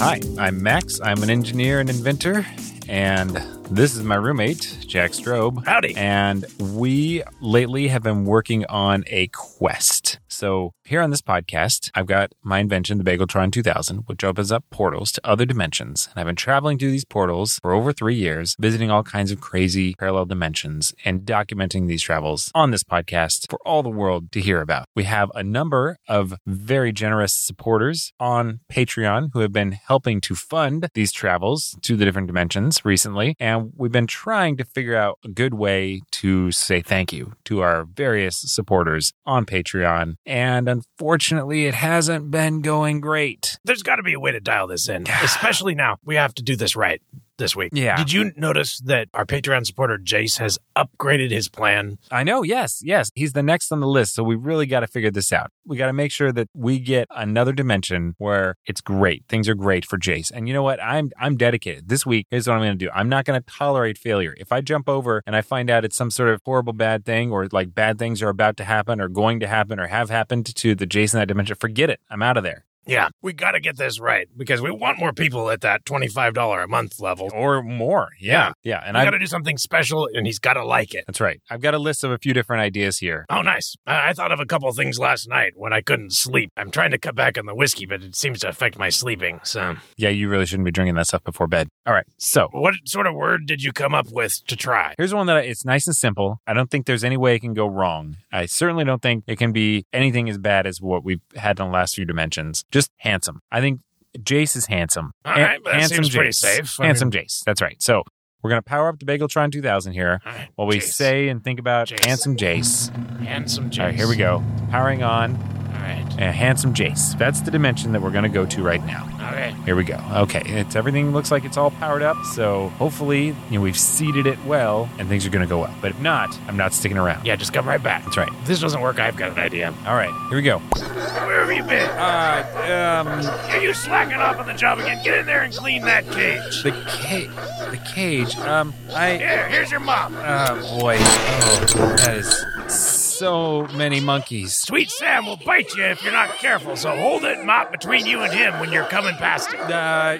Hi, I'm Max. I'm an engineer and inventor, and this is my roommate, Jack Strobe. Howdy. And we lately have been working on a quest. So, here on this podcast, I've got my invention, the Bageltron 2000, which opens up portals to other dimensions. And I've been traveling through these portals for over three years, visiting all kinds of crazy parallel dimensions and documenting these travels on this podcast for all the world to hear about. We have a number of very generous supporters on Patreon who have been helping to fund these travels to the different dimensions recently. And we've been trying to figure out a good way to say thank you to our various supporters on Patreon. And unfortunately, it hasn't been going great. There's got to be a way to dial this in, especially now. We have to do this right this week. Yeah. Did you notice that our Patreon supporter Jace has upgraded his plan? I know. Yes. Yes. He's the next on the list. So we really got to figure this out. We got to make sure that we get another dimension where it's great. Things are great for Jace. And you know what? I'm, I'm dedicated. This week, here's what I'm going to do. I'm not going to tolerate failure. If I jump over and I find out it's some sort of horrible bad thing or like bad things are about to happen or going to happen or have happened to the Jace in that dimension, forget it. I'm out of there. Yeah. We got to get this right because we want more people at that $25 a month level. Or more. Yeah. Yeah. And And I I, got to do something special and he's got to like it. that's right. I've got a list of a few different ideas here. Oh, nice. I I thought of a couple things last night when I couldn't sleep. I'm trying to cut back on the whiskey, but it seems to affect my sleeping. So, Yeah. You really shouldn't be drinking that stuff before bed. All right. So what sort of word did you come up with to try? Here's one that I, it's nice and simple. I don't think there's any way it can go wrong. I certainly don't think it can be anything as bad as what we've had in the last few dimensions. Just handsome. I think Jace is handsome. All Han- right, that seems pretty safe. I handsome Jace. That's right. So we're gonna power up the Bageltron 2000 here All right, while we Jace. say and think about Jace. handsome Jace. handsome Jace. All right, here we go. Powering on All right. uh, handsome Jace. That's the dimension that we're gonna go to right now. Okay. Here we go. Okay, it's everything looks like it's all powered up, so hopefully you know, we've seeded it well and things are going to go well. But if not, I'm not sticking around. Yeah, just come right back. That's right. If this doesn't work, I've got an idea. All right, here we go. Where have you been? Uh, um, Are you slacking off on the job again? Get in there and clean that cage. the cage, the cage. Um, I, Here, here's your mop. uh, boy, oh, that is so many monkeys. Sweet Sam will bite you if you're not careful, so hold that mop between you and him when you're coming past him. Uh,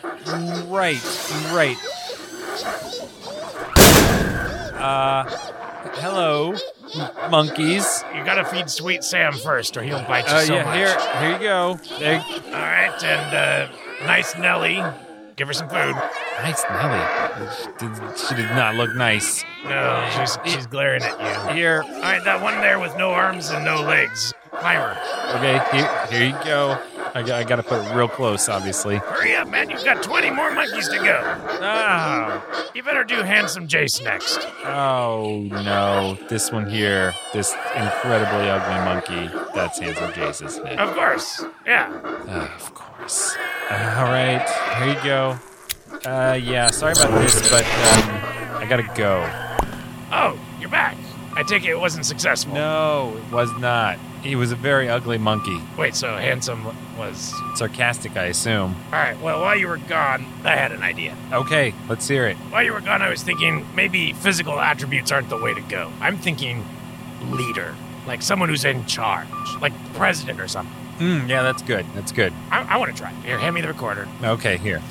right, right. Uh, hello, m- monkeys. You gotta feed Sweet Sam first, or he'll bite you Uh, so yeah, much. here, here you go. There, All right, and uh, nice Nelly. Give her some food. Nice Nelly. She, she did not look nice. No, she's, she's glaring at you. Here, All right, that one there with no arms and no legs. Climber. okay, here, here you go. I, got- I gotta put it real close, obviously. Hurry up, man. You've got 20 more monkeys to go. Oh, You better do Handsome Jace next. oh no. This one here, this incredibly ugly monkey. That's Handsome Jace, isn't it? Of course. Yeah. Ah, of course. all right, here you go. Uh, yeah, sorry about this, but um, I gotta go. Oh, you're back. I take it it wasn't successful. No, it was not. He was a very ugly monkey. Wait, so Handsome was. Sarcastic, I assume. All right, well, while you were gone, I had an idea. Okay, let's hear it. While you were gone, I was thinking maybe physical attributes aren't the way to go. I'm thinking leader, like someone who's in charge, like president or something. Mm, yeah, that's good. That's good. I, I want to try. it. Here, hand me the recorder. Okay, here.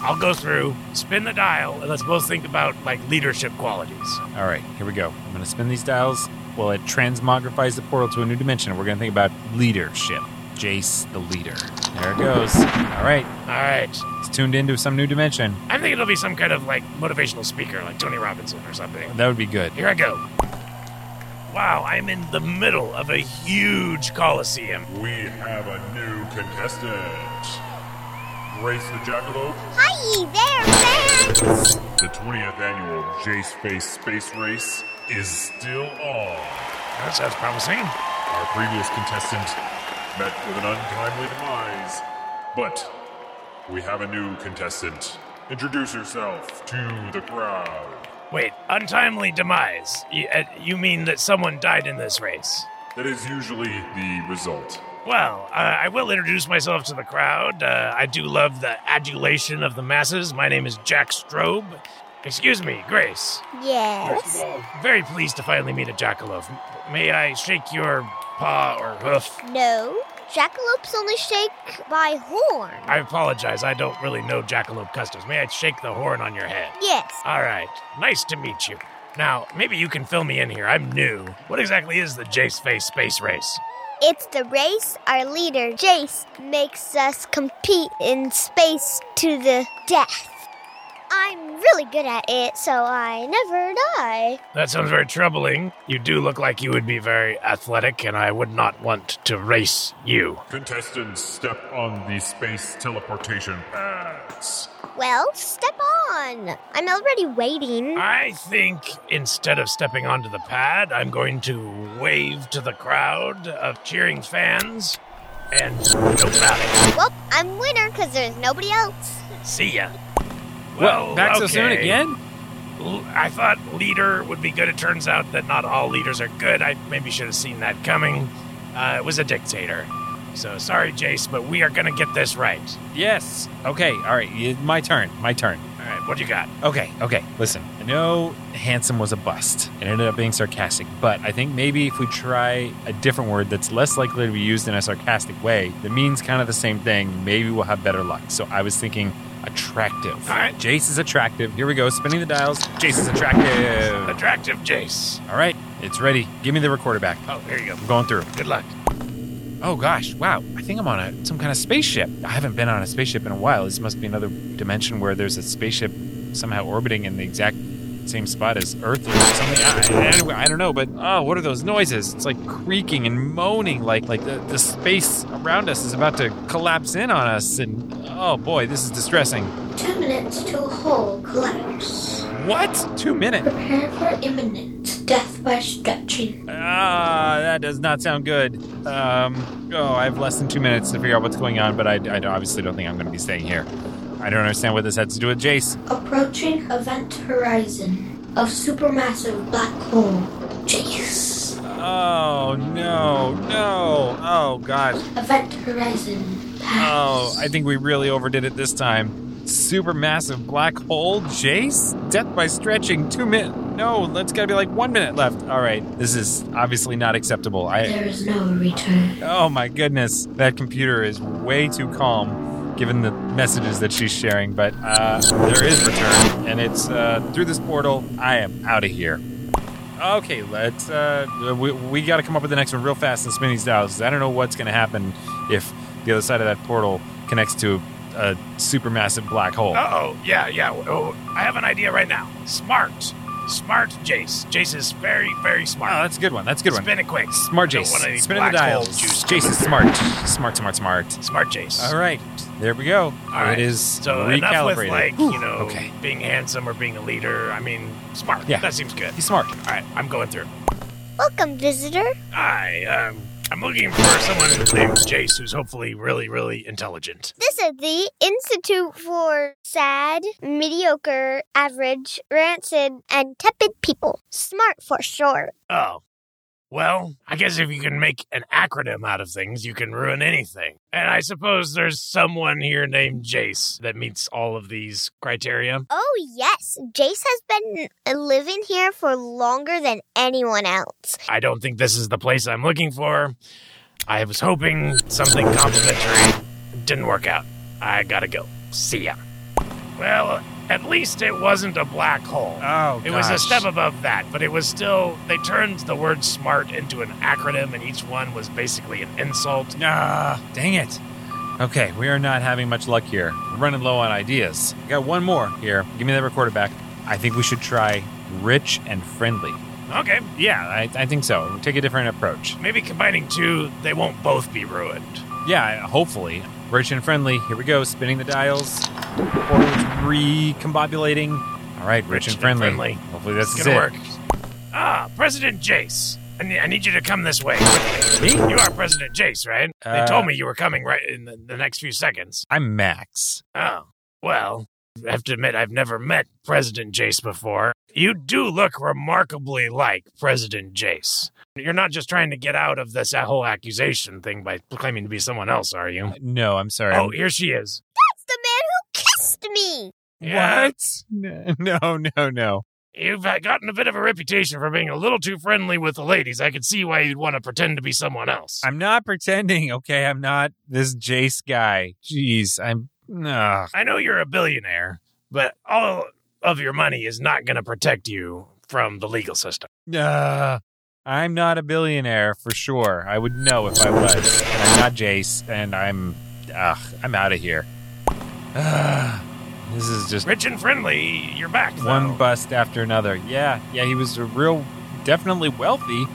I'll go through, spin the dial, and let's both think about like leadership qualities. All right, here we go. I'm going to spin these dials. Well, it transmogrifies the portal to a new dimension. We're going to think about leadership. Jace, the leader. There it goes. All right, All right. it's tuned into some new dimension. I think it'll be some kind of like motivational speaker, like Tony Robinson or something. That would be good. Here I go. Wow, I'm in the middle of a huge coliseum. We have a new contestant. Grace the Jackalope, Hi there, fans! the 20th annual Jace Face Space Race is still on. That sounds promising. Our previous contestant met with an untimely demise, but we have a new contestant. Introduce yourself to the crowd. Wait, untimely demise. You, uh, you mean that someone died in this race? That is usually the result. Well, uh, I will introduce myself to the crowd. Uh, I do love the adulation of the masses. My name is Jack Strobe. Excuse me, Grace. Yes. Very pleased to finally meet a jackalope. May I shake your paw or hoof? No. Jackalopes only shake by horn. I apologize. I don't really know jackalope customs. May I shake the horn on your head? Yes. All right. Nice to meet you. Now, maybe you can fill me in here. I'm new. What exactly is the Jace Face Space Race? It's the race our leader, Jace, makes us compete in space to the death. I'm really good at it, so I never die. That sounds very troubling. You do look like you would be very athletic, and I would not want to race you. Contestants step on the space teleportation pads. Well, step on. I'm already waiting. I think instead of stepping onto the pad, I'm going to wave to the crowd of cheering fans and go about Well, I'm winner because there's nobody else. it. See ya. Well, back so soon okay. again? L- I thought leader would be good. It turns out that not all leaders are good. I maybe should have seen that coming. Uh, it was a dictator. So sorry, Jace, but we are going to get this right. Yes. Okay. All right. y- My turn. My turn. All right, what do you got? Okay, okay, listen. I know handsome was a bust. It ended up being sarcastic, but I think maybe if we try a different word that's less likely to be used in a sarcastic way that means kind of the same thing, maybe we'll have better luck. So I was thinking attractive. All right. Jace is attractive. Here we go, spinning the dials. Jace is attractive. Attractive Jace. All right, it's ready. Give me the recorder back. Oh, there you go. I'm going through. Good luck. Oh gosh, wow. I think I'm on a, some kind of spaceship. I haven't been on a spaceship in a while. This must be another dimension where there's a spaceship somehow orbiting in the exact same spot as Earth or something. I, I, I don't know, but oh, what are those noises? It's like creaking and moaning, like like the, the space around us is about to collapse in on us. And oh boy, this is distressing. Two minutes to a whole collapse. What? Two minutes? Prepare for imminent death by stretching. Ah, that does not sound good. Um, oh, I have less than two minutes to figure out what's going on, but I, I obviously don't think I'm going to be staying here. I don't understand what this has to do with Jace. Approaching event horizon of supermassive black hole. Jace. Oh no, no, oh god. Event horizon. Oh, Pass. I think we really overdid it this time. Supermassive black hole, Jace? Death by stretching, two minutes. No, that's gotta be like one minute left. All right, this is obviously not acceptable. I. There is no return. Oh my goodness, that computer is way too calm given the messages that she's sharing, but uh, there is return, and it's uh, through this portal. I am out of here. Okay, let's. Uh, we we got to come up with the next one real fast and spin these dials. 'cause I don't know what's going to happen if the other side of that portal connects to a supermassive black hole. Uh oh, yeah, yeah. Oh, I have an idea right now. Smart. Smart Jace. Jace is very, very smart. Oh, that's a good one. That's a good one. Spin it quick. Smart Don't want Jace. any Spinning the black hole dials. juice Jace is smart. Smart, smart, smart. Smart Jace. All right, there we go. right. It is So recalibrated. enough with like Whew. you know Okay, being handsome or being a leader. I mean, smart. Yeah. that seems good. he's smart. All right, I'm going through. Welcome, visitor. Hi, um, I'm looking for someone named Jace who's hopefully really, really intelligent. This is the Institute for Sad, Mediocre, Average, Rancid, and Tepid People. Smart for short. Oh. Well, I guess if you can make an acronym out of things, you can ruin anything. And I suppose there's someone here named Jace that meets all of these criteria. Oh, yes. Jace has been living here for longer than anyone else. I don't think this is the place I'm looking for. I was hoping something complimentary. Didn't work out. I gotta go. See ya. Well, at least it wasn't a black hole. Oh, It was a step above that, but it was still. They turned the word smart into an acronym, and each one was basically an insult. Nah, dang it. Okay, we are not having much luck here. We're running low on ideas. We got one more here. Give me that recorder back. I think we should try rich and friendly. Okay, Yeah, I, I think so. We'll take a different approach. maybe combining two, they won't both be ruined. Yeah, hopefully. Rich and friendly. Here we go. Spinning the dials. Portals recombobulating. All right, rich, Rich and, friendly. and friendly. Hopefully this It's is gonna it. work. Ah, President Jace. I need, I need you to come this way. quickly. Me? You are President Jace, right? Uh, they told me you were coming right in the, the next few seconds. I'm Max. Oh, well, I have to admit, I've never met President Jace before. You do look remarkably like President Jace. You're not just trying to get out of this whole accusation thing by claiming to be someone else, are you? No, I'm sorry. Oh, here she is. It's the man who kissed me. Yeah. What? No, no, no. You've uh, gotten a bit of a reputation for being a little too friendly with the ladies. I could see why you'd want to pretend to be someone else. I'm not pretending, okay? I'm not this Jace guy. Jeez, I'm. Ugh. I know you're a billionaire, but all of your money is not going to protect you from the legal system. Ugh. I'm not a billionaire for sure. I would know if I was. And I'm not Jace, and I'm. Ugh, I'm out of here. Ugh. This is just Rich and friendly, you're back. though. one bust after another. Yeah, yeah, he was a real, definitely wealthy,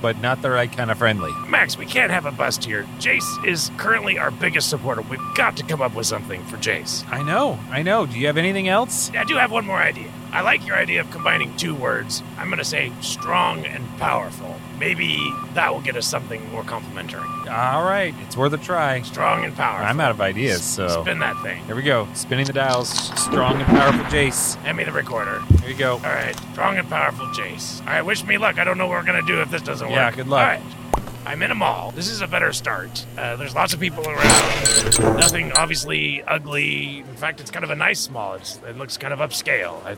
but not the right kind of friendly. Max, we can't have a bust here. Jace is currently our biggest supporter. We've got to come up with something for Jace. I know, I know. Do you have anything else? I do have one more idea. I like your idea of combining two words. I'm going to say strong and powerful. Maybe that will get us something more complimentary. All right, it's worth a try. Strong and powerful. I'm out of ideas, so Spin that thing. here we go. Spinning the dials. Strong and powerful Jace. Hand me the recorder. Here we go. All right, strong and powerful Jace. All right, wish me luck. I don't know what we're gonna do if this doesn't Yeah, work. good luck. All right, I'm in a mall. This is a better start. Uh, there's lots of people around. Nothing obviously ugly. In fact, it's kind of a nice mall. It's, it looks kind of upscale. I,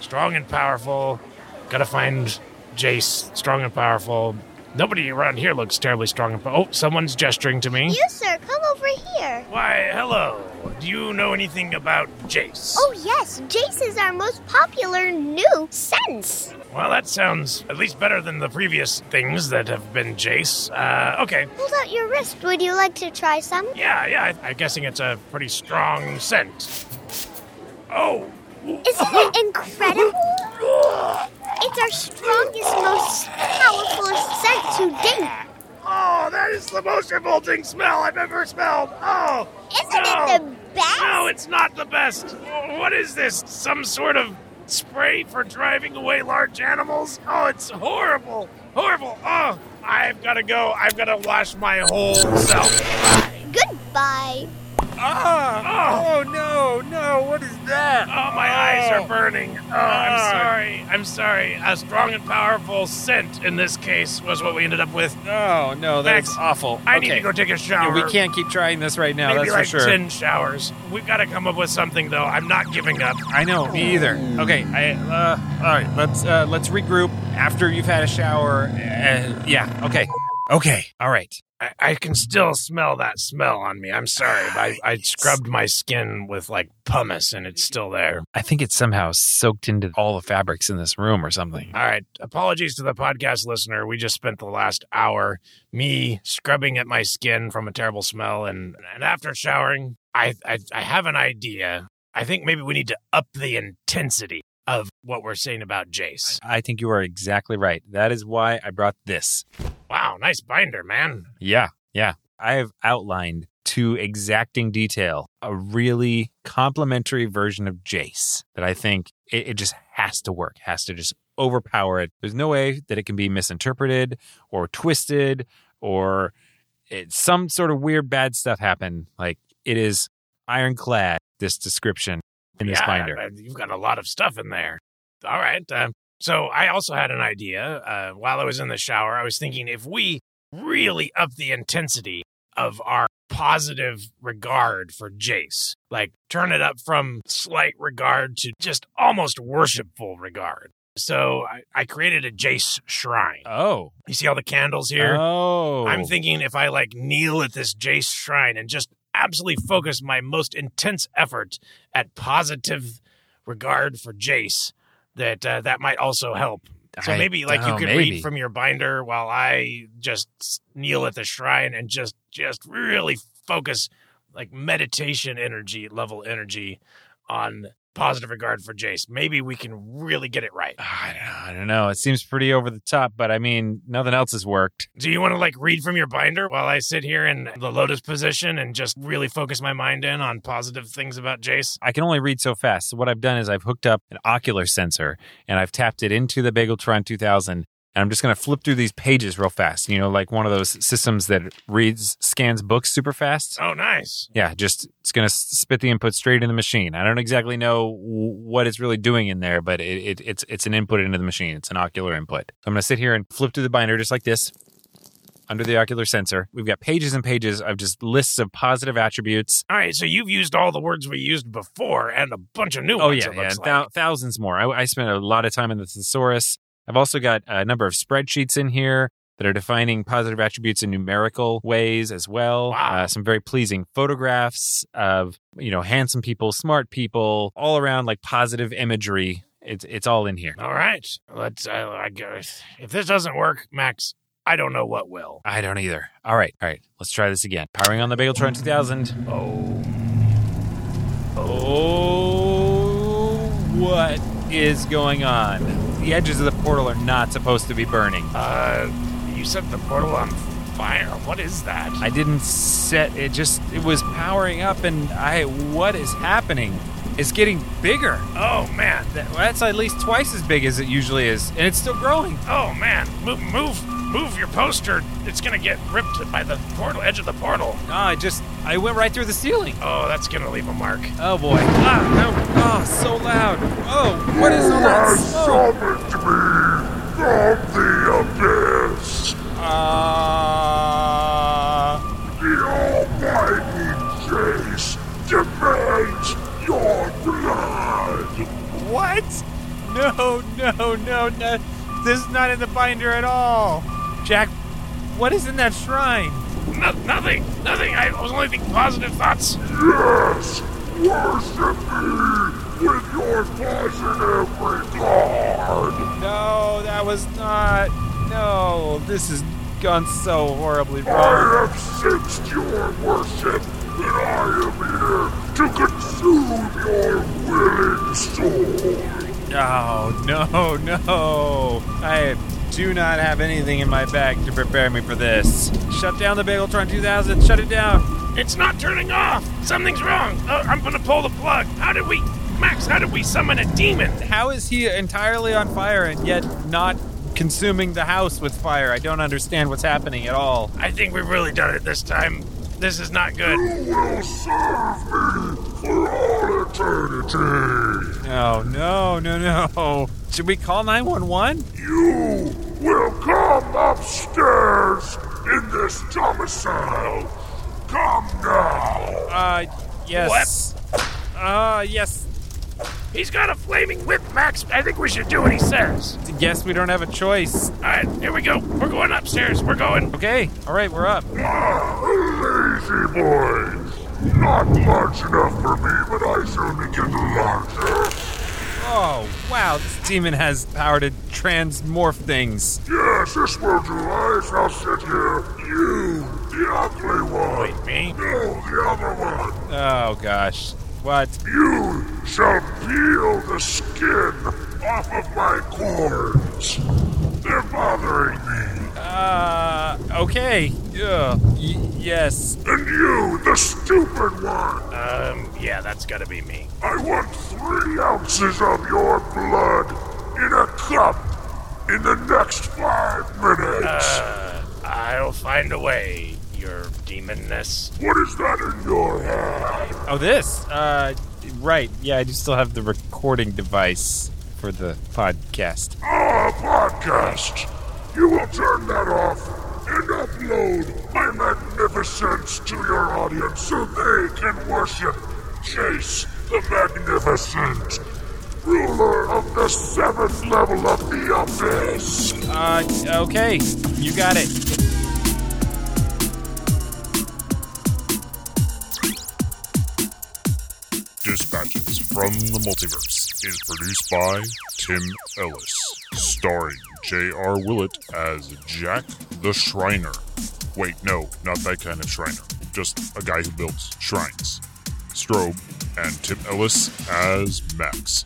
strong and powerful. Gotta find Jace. Strong and powerful. Nobody around here looks terribly strong and powerful. Oh, someone's gesturing to me. You, sir, come over here. Why, hello. Do you know anything about Jace? Oh, yes, Jace is our most popular new sense. Well, that sounds at least better than the previous things that have been Jace. Uh, okay. Hold out your wrist. Would you like to try some? Yeah, yeah, I, I'm guessing it's a pretty strong scent. Oh! Isn't it incredible? It's our strongest, most powerful scent to date. Oh, that is the most revolting smell I've ever smelled! Oh! Isn't no. it the best? No, it's not the best! What is this? Some sort of spray for driving away large animals? Oh, it's horrible! Horrible! Oh! I've gotta go. I've gotta wash my whole self. Goodbye. Ah! Oh no, no! What is that? Oh, my eyes Oh. are burning. Oh, I'm sorry. I'm sorry. A strong and powerful scent in this case was what we ended up with. No, Oh, no, that's Max, awful. I need Okay. to go take a shower. Yeah, we can't keep trying this right now. Maybe that's like for sure. ten showers. We've got to come up with something, though. I'm not giving up. I know, me either. Okay, I uh, all right. Let's uh, let's regroup after you've had a shower. Uh, yeah. Okay. Okay. All right. I, I can still smell that smell on me. I'm sorry. I, I scrubbed my skin with like pumice, and it's still there. I think it's somehow soaked into all the fabrics in this room or something. All right. Apologies to the podcast listener. We just spent the last hour me scrubbing at my skin from a terrible smell, and and after showering, I I, I have an idea. I think maybe we need to up the intensity of what we're saying about Jace. I think you are exactly right. That is why I brought this. Wow, nice binder, man. Yeah. Yeah. I have outlined to exacting detail a really complimentary version of Jace that I think it, it just has to work, has to just overpower it. There's no way that it can be misinterpreted or twisted or it, some sort of weird bad stuff happen. Like it is ironclad, this description in this Yeah, binder. uh, You've got a lot of stuff in there. All right. Uh, so I also had an idea uh, while I was in the shower. I was thinking if we really up the intensity of our positive regard for Jace, like turn it up from slight regard to just almost worshipful regard. So I, I created a Jace shrine. Oh. You see all the candles here? Oh. I'm thinking if I like kneel at this Jace shrine and just absolutely focus my most intense effort at positive regard for Jace, that uh, that might also help. So I maybe like you don't- could Oh, maybe. read from your binder while I just s- kneel at the shrine and just just really focus like meditation energy level energy on positive regard for Jace. Maybe we can really get it right. I don't know. Ah, I don't know. It seems pretty over the top, but I mean, nothing else has worked. Do you want to like read from your binder while I sit here in the lotus position and just really focus my mind in on positive things about Jace? I can only read so fast. So what I've done is I've hooked up an ocular sensor and I've tapped it into the Bageltron 2000. And I'm just going to flip through these pages real fast. You know, like one of those systems that reads, scans books super fast. Oh, nice. Yeah, just it's going to spit the input straight in the machine. I don't exactly know w- what it's really doing in there, but it, it, it's it's an input into the machine. It's an ocular input. So I'm going to sit here and flip through the binder just like this. under the ocular sensor. We've got pages and pages of just lists of positive attributes. All right, so you've used all the words we used before and a bunch of new Oh, ones. yeah, it yeah. looks like. thou- thousands more. I, I spent a lot of time in the thesaurus. I've also got a number of spreadsheets in here that are defining positive attributes in numerical ways as well. Wow. Uh, some very pleasing photographs of, you know, handsome people, smart people, all around like positive imagery. It's, it's all in here. All right, let's. I, I guess if this doesn't work, Max, I don't know what will. I don't either. All right. All right. Let's try this again. Powering on the Bageltron 2000. Oh, Oh, what is going on? The edges of the portal are not supposed to be burning. uh, you set the portal on fire. What is that? I didn't set it just it was powering up and I what is happening? It's getting bigger. Oh man. That- That's at least twice as big as it usually is and it's still growing. Oh man. Move, move, move your poster. It's gonna get ripped by the portal edge of the portal. Oh, I just I went right through the ceiling. Oh, that's gonna leave a mark. Oh boy. Ah, oh, oh, so loud. Oh, what is all that smoke? Uh, what? No, no, no, no. This is not in the binder at all. Jack, what is in that shrine? No, nothing, nothing. I was only thinking positive thoughts. No, that was not. No, this has gone so horribly wrong. Oh, no, no. I do not have anything in my bag to prepare me for this. Shut down the Bageltron 2000. Shut it down. It's not turning off. Something's wrong. Uh, I'm gonna pull the plug. How did we, Max? How did we summon a demon? How is he entirely on fire and yet not consuming the house with fire? I don't understand what's happening at all. I think we've really done it this time. This is not good. No, no, no, no. Should we call 911? You will come upstairs in this domicile. Come now. Uh, yes. What? Uh, yes. He's got a flaming whip, Max. I think we should do what he says. Yes, we don't have a choice. All right, here we go. We're going upstairs. We're going. Okay, all right, we're up. Lazy boy. Not large enough for me, but I soon get larger. Oh, wow, this demon has power to transmorph things. Yes, this will do. I shall sit here. You, the ugly one. Me? No, the other one. Oh, gosh. What? You shall peel the skin off of my cords. They're bothering me. Uh, okay. Ugh. Y- yes. And you, the stupid one. Um, yeah, that's gotta be me. I want three ounces of your blood in a cup in the next five minutes. I'll find a way. Your demonness. what is that in your hand? Oh, this? Uh, right. Yeah, I do still have the recording device for the podcast. Ah, podcast. You will turn that off and upload my magnificence to your audience so they can worship Chase the Magnificent, ruler of the seventh level of the abyss. Uh, okay. You got it. Dispatches from the Multiverse is produced by Tim Ellis, starring J.R. Willett as Jack the Shriner. Wait, no, not that kind of Shriner. Just a guy who builds shrines. Strobe and Tim Ellis as Max,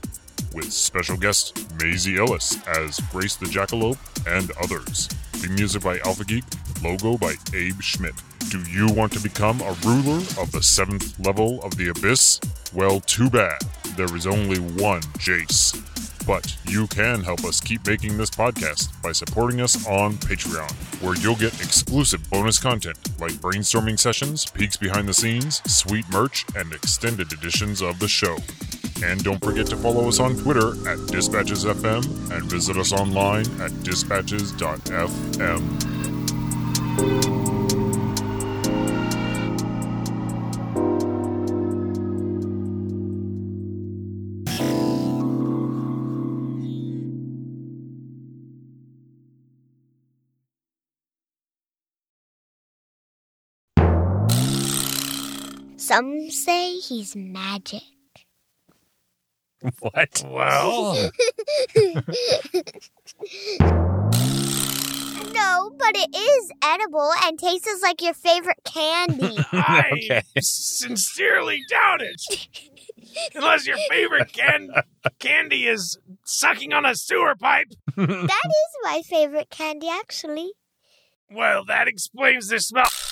with special guest Maisie Ellis as Grace the Jackalope and others. The music by Alpha Geek, logo by Abe Schmidt. Do you want to become a ruler of the seventh level of the Abyss? Well, too bad. There is only one Jace. But you can help us keep making this podcast by supporting us on Patreon, where you'll get exclusive bonus content like brainstorming sessions, peeks behind the scenes, sweet merch, and extended editions of the show. And don't forget to follow us on Twitter at DispatchesFM and visit us online at dispatches.fm. Some say he's magic. What? Well, No, but it is edible and tastes like your favorite candy. I Okay. sincerely doubt it. Unless your favorite can- candy is sucking on a sewer pipe. that is my favorite candy, actually. Well, that explains the smell.